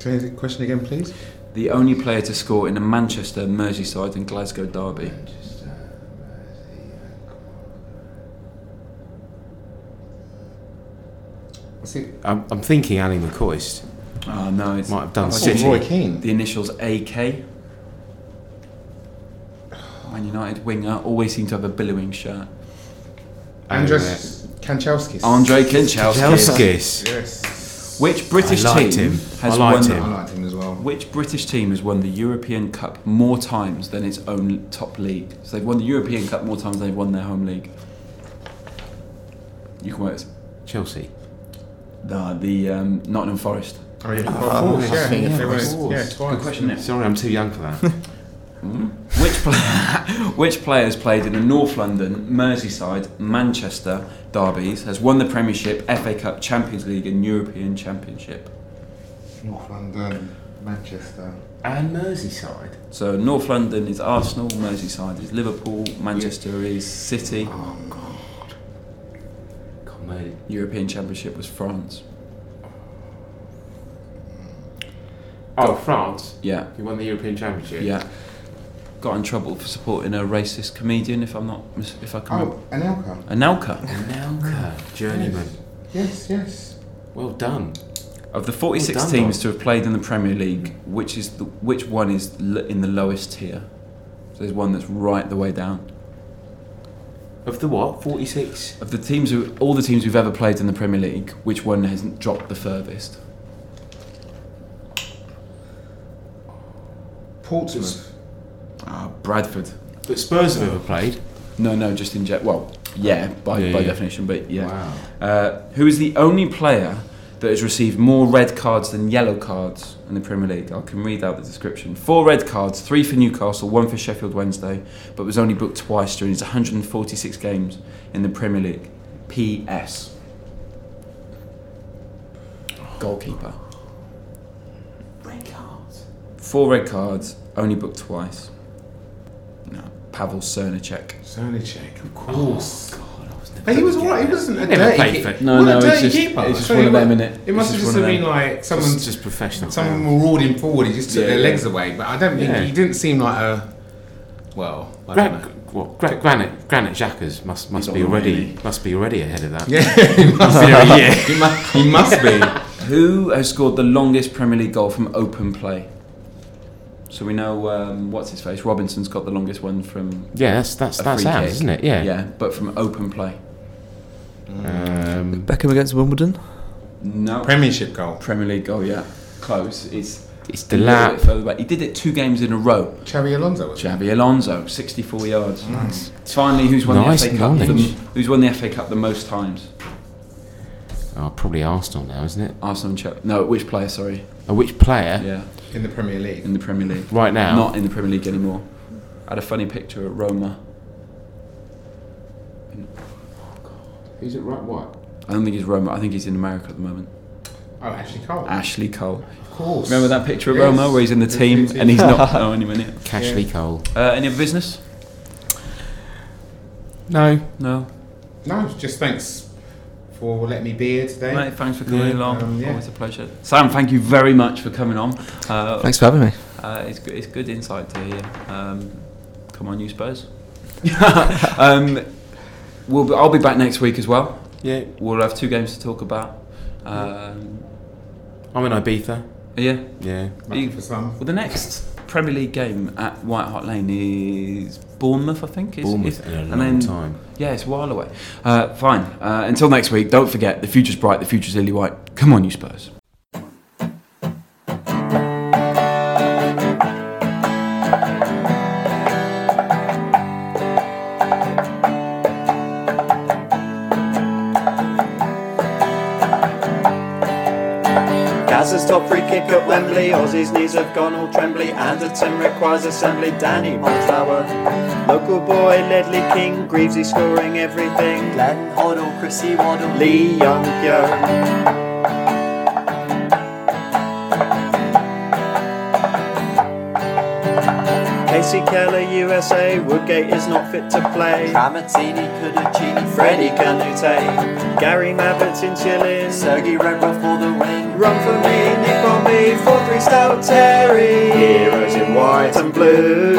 S5: Can I ask the question again, please?
S2: The only player to score in a Manchester, Merseyside, and Glasgow derby.
S5: What's it?
S3: I'm, I'm thinking Ali McCoist
S2: Ah, no, it's
S3: might have done
S5: Oh,
S3: City.
S5: Roy Keane.
S2: the initials AK. Man United winger always seem to have a billowing shirt.
S5: Andres Kanchelskis.
S2: Andre Kinchelski.
S3: Kowalskis.
S5: Yes.
S2: Which British
S3: I liked
S2: team
S3: him.
S2: has
S3: I liked
S2: won?
S3: him.
S5: I liked him as well.
S2: Which British team has won the European Cup more times than its own top league? So they've won the European Cup more times than they've won their home league. You can work.
S3: Chelsea.
S2: The, the um, Nottingham Forest.
S5: Oh, yeah, of course, yeah.
S3: yeah,
S5: they
S3: of
S5: were-
S3: course.
S5: yeah, twice.
S2: Good question. Isn't it?
S3: Sorry, I'm too young for that.
S2: Which, pla which players played in the North London, Merseyside, Manchester derbies has won the Premiership, FA Cup, Champions League, and European Championship?
S5: North London, Manchester.
S3: and Merseyside.
S2: So North London is Arsenal, Merseyside is Liverpool, Manchester is City.
S3: God, mate.
S2: European Championship was France.
S3: Oh, France.
S2: Yeah,
S3: You won the European Championship.
S2: yeah. Got in trouble for supporting a racist comedian, if I'm not, mis- if I can
S3: Oh.
S2: remember.
S5: Oh, Anelka.
S2: Anelka.
S3: Anelka, journeyman.
S5: Yes, yes.
S3: Well done.
S2: Of the 46
S3: Well done,
S2: teams
S3: Bob.
S2: to have played in the Premier League, which is the, which one is l- in the lowest tier? So there's one that's right the way down.
S3: Of the what? 46?
S2: Of the teams, who, all the teams we've ever played in the Premier League, which one has dropped the furthest?
S5: Portsmouth.
S2: Ah, Bradford.
S3: That Spurs have ever played.
S2: No, no, just in jet. Well, yeah, by,
S3: Yeah,
S2: by
S3: yeah.
S2: definition, but yeah.
S3: Wow.
S2: Uh, who is the only player that has received more red cards than yellow cards in the Premier League? I can read out the description. Four red cards, three for Newcastle, one for Sheffield Wednesday, but was only booked twice during his 146 games in the Premier League. P.S. Goalkeeper. Red cards. Four red cards, only booked twice. No, Pavel Cernicek.
S5: Cernicek, of course.
S3: God, I was never
S5: But he was alright. He wasn't a
S3: Never
S5: dirty
S3: played
S5: keeper.
S3: for-
S2: No,
S5: Wasn't a
S2: no, it's
S5: dirty
S2: just-
S5: keeper.
S2: it's just
S5: So
S2: one
S5: he
S2: of them,
S5: wa-
S2: innit?
S5: It
S2: It's
S5: must have
S2: just
S5: just
S2: one of
S5: been
S2: them.
S5: like someone
S3: Someone's just professional.
S5: Someone roared him forward. He just took
S2: Yeah,
S5: their
S2: yeah.
S5: legs away, but I don't think
S3: Yeah.
S5: he didn't seem like a. Well, I don't
S3: Gran-
S5: know.
S3: what? Gra- granite, granite Xhaka's must must
S2: He's
S3: be
S2: on the
S3: already
S2: mini.
S3: must be already ahead of that.
S5: Yeah, he must be. he, must, he must be.
S2: Who has scored the longest Premier League goal from open play? So we know um, what's his face. Robinson's got the longest one from
S3: Yeah, that's that's
S2: a
S3: that's
S2: free
S3: ours,
S2: kick.
S3: isn't it? Yeah.
S2: yeah, but from open play.
S3: Um,
S4: Beckham against Wimbledon.
S2: No
S5: Premiership goal.
S2: Premier League goal. Yeah, close. It's
S3: it's
S2: a little
S3: Delap.
S2: bit further back. He did it two games in a row.
S5: Xavi Alonso was.
S2: Xavi Alonso, 64 yards. Nice. Finally, who's won
S3: Nice
S2: the FA Cup? The,
S3: knowledge.
S2: who's won the FA Cup the most times?
S3: Oh, probably Arsenal now, isn't it?
S2: Arsenal and Chelsea. No, which player? Sorry.
S3: Oh, which player
S2: Yeah,
S5: in the Premier League.
S2: in the Premier League.
S3: right now?
S2: Not in the Premier League anymore. I had a funny picture at Roma.
S3: Who's it? Right, what?
S2: I don't think he's Roma. I think he's in America at the moment.
S5: Oh, Ashley Cole.
S2: Ashley Cole.
S5: of course.
S2: Remember that picture of
S5: Yes.
S2: Roma where he's in the team
S5: Yes, yes,
S2: and he's not oh, anywhere near.
S3: Cashley Cole.
S2: Uh, any other business?
S3: No.
S2: No.
S5: No, just thanks for letting me be here today.
S2: Mate, thanks for coming
S3: Yeah,
S2: along.
S5: um, yeah.
S2: Always a pleasure. Sam, thank you very much for coming on. Uh,
S4: Thanks for having me.
S2: uh, it's good. It's good insight to hear. Um, come on, you Spurs. um, we'll be, I'll be back next week as well.
S3: Yeah,
S2: We'll have two games to talk about. Um,
S3: I'm in Ibiza.
S2: yeah.
S3: Yeah.
S5: Lucky for some.
S2: Well, the next Premier League game at White Hart Lane is Bournemouth, I think. Is,
S3: Bournemouth
S2: is-
S3: in a
S2: and
S3: long
S2: then-
S3: time.
S2: Yeah, it's a while away. Uh, fine. Uh, until next week, don't forget the future's bright, the future's lily white. Come on, you Spurs.
S1: top free kick at Wembley. Aussie's knees have gone all trembly. Anderton requires assembly. Danny Hightower. Local boy Ledley King. Greavesy scoring everything. Glenn Hoddle, Chrissy Waddle. Lee Young Pyo. Casey Keller, USA. Woodgate is not fit to play.
S6: Tramatini, Cudicini,
S1: Freddie
S6: Freddy,
S1: Canute. Gary Mabbott's in Chillin.
S6: Sergey Rebrov for the win.
S1: Run for me, Nick on me, 4-3 Stout Terry. Heroes in white and blue.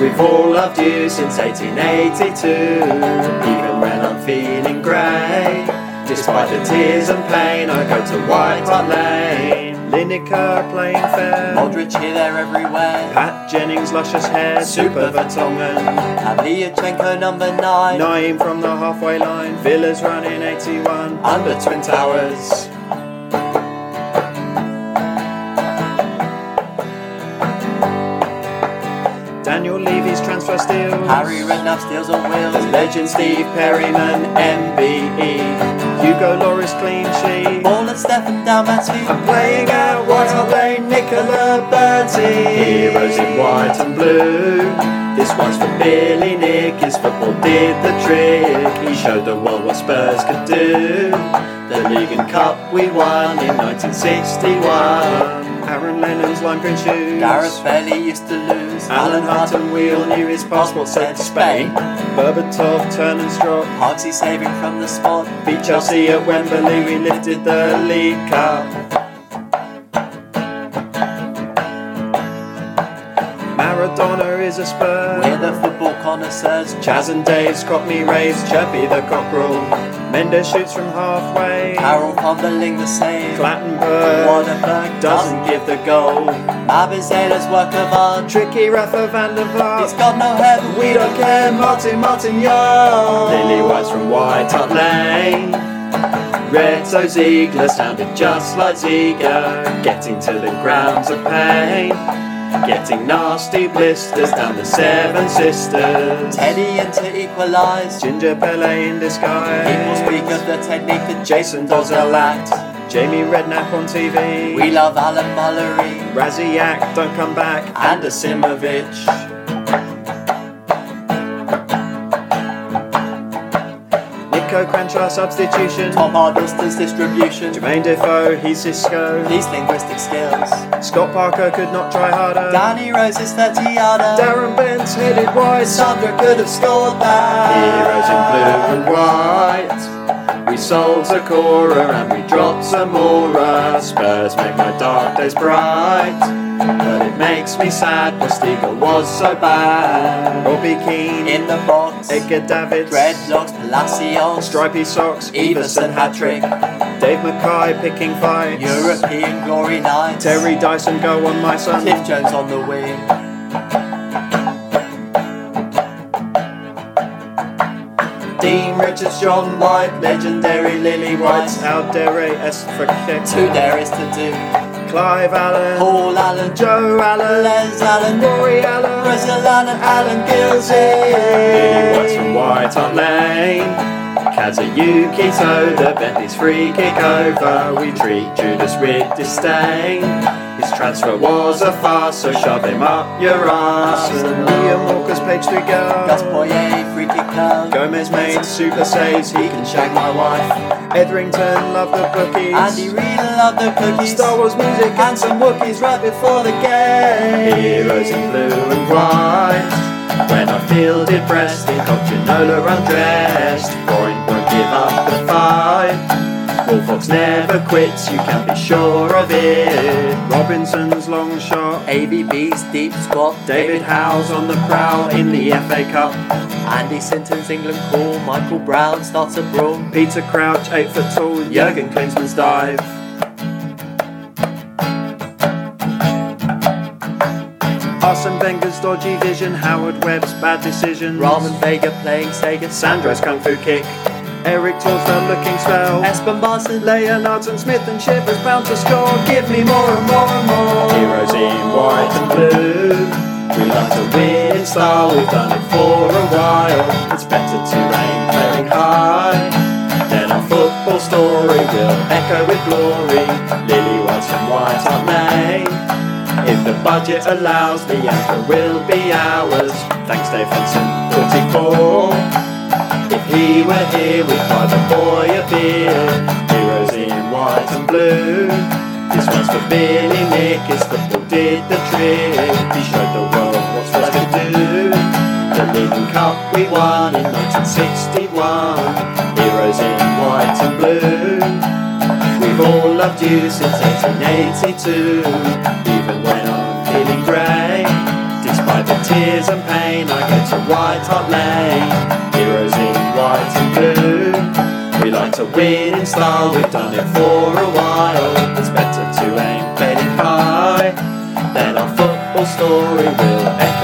S1: We've all loved you since 1882. Even when I'm feeling grey. Despite the tears and pain, I go to White Hart Lane. Lineker playing fair.
S6: Modric here, there, everywhere.
S1: Pat Jennings, luscious hair. Super Vertonghen.
S6: And Liyachenko, number nine.
S1: Nine from the halfway line. Villa's running 81. Under Twin Towers. Daniel Levy's transfer steals.
S6: Harry Redknapp steals on
S1: There's
S6: wheels.
S1: legend Steve Perryman, MBE. Hugo Loris clean sheet.
S6: Ball at Stefan Dalmatsky.
S1: I'm playing out white hot lane, Nicola Bertie. Heroes in white and blue. This one's for Billy Nick, his football did the trick. He showed the world what Spurs could do. The League and Cup we won in 1961. Aaron Lennon's lime green shoes.
S6: Gareth Bailey used to lose.
S1: Alan Hutton Wheel knew his passport said Spain. Berbatov, turn and strop.
S6: Hogsy saving from the spot.
S1: Beat Chelsea at Wembley, we lifted the League Cup. Maradona is a
S6: We're
S1: Spur.
S6: the football connoisseurs.
S1: Chaz and Dave, Scott me raves, Chirpy the cockerel. Mendes shoots from halfway.
S6: Carroll fumbling the save.
S1: Clattenburg
S6: Waterberg doesn't.
S1: doesn't give the goal.
S6: Abizela's work of art.
S1: Tricky Rafa van der
S6: It's
S1: Vaart.
S6: got no heaven.
S1: We don't care, Martin Martin Young. Lily White's from White Hart Lane. Reto Ziegler sounded just like Ziegler. Getting to the grounds of pain. Getting nasty blisters down the Seven Sisters.
S6: Teddy in to equalise.
S1: Ginger Pele in
S6: People speak
S1: disguise.
S6: of the technique that
S1: Jason
S6: Jason
S1: does
S6: does
S1: a
S6: lacked.
S1: lot. Jamie Redknapp on TV.
S6: We love Alan Mullery.
S1: Raziak, don't come back. And Asimovic. Nico Cranshaw substitution.
S6: Tom Hardleston's distribution.
S1: Jermaine Defoe, he's Cisco.
S6: These linguistic skills.
S1: Scott Parker could not try harder.
S6: Danny Rose's 30 yarder.
S1: Darren Bent's headed wide.
S6: Sandra could have scored
S1: Heroes in
S6: that.
S1: blue and white. We sold Sakura and we dropped Samora. Spurs make my dark days bright. But it makes me sad, Postiga was so bad. Robbie Keane,
S6: In the box.
S1: Edgar Davids,
S6: Dreadlocks, Palacios.
S1: Stripey Socks,
S6: Everson hat trick.
S1: Dave Mackay picking fights.
S6: European glory nights.
S1: Terry Dyson, go on my son.
S6: Cliff Jones on the wing.
S1: Dean Richards, John White, legendary Lily White, out Dere S for
S6: Two there is to do.
S1: Clive Allen,
S6: Paul Allen, Joe
S1: Joe Allen,
S6: Les Allen,
S1: Rory Allen,
S6: Brazil Allen, Allen Gilsey.
S1: Lily White's from White Hart Lane. Kazuyuki Soda bent his free kick over. We treat Judas with disdain. His transfer was a farce, so shove him up your ass. And Liam Walker's page to go.
S6: Gus Poyet, free kick curve.
S1: Gomez made super saves, he can shag my wife. Etherington loved the bookies.
S6: Andy Reid loved the cookies.
S1: Star Wars music and some Wookiees right before the game. Heroes in blue and white. When I fielded breast in Cochinolo undressed. Boring won't give up the fight. Bullfox never quits, you can be sure of it. Robinson's long shot.
S6: AVB's deep squat.
S1: David Howes on the prowl in the FA Cup.
S6: Andy Sinton's England call. Michael Brown starts a brawl.
S1: Peter Crouch, 8 foot tall. Jurgen Klinsmann's dive. Arsene Wenger's dodgy vision, Howard Webb's bad decisions,
S6: Ramen Vega playing Sega.
S1: Sandro's kung fu kick, Eric Torsdale looking swell,
S6: Espen Barson.
S1: Leonards and Smith and Shivers bound to score. Give me more and more and more. Heroes in white and blue. We love to win in style. We've done it for a while. It's better to aim very high. Then our football story will echo with glory. Lily was white and white on May. If the budget allows, the anchor will be ours. Thanks, Dave Henson, 44. If he were here, we'd buy the boy a beer. Heroes in white and blue. This one's for Billy Nick, it's the fool did the trick. He showed the world what's left to do. The Leading Cup we won in 1961. Heroes in white and blue. We've all loved you since 1882, even when I'm feeling grey. Despite the tears and pain, I go to White Hart Lane. Heroes in white and blue. We like to win in style, we've done it for a while. It's better to aim fading high, then our football story will echo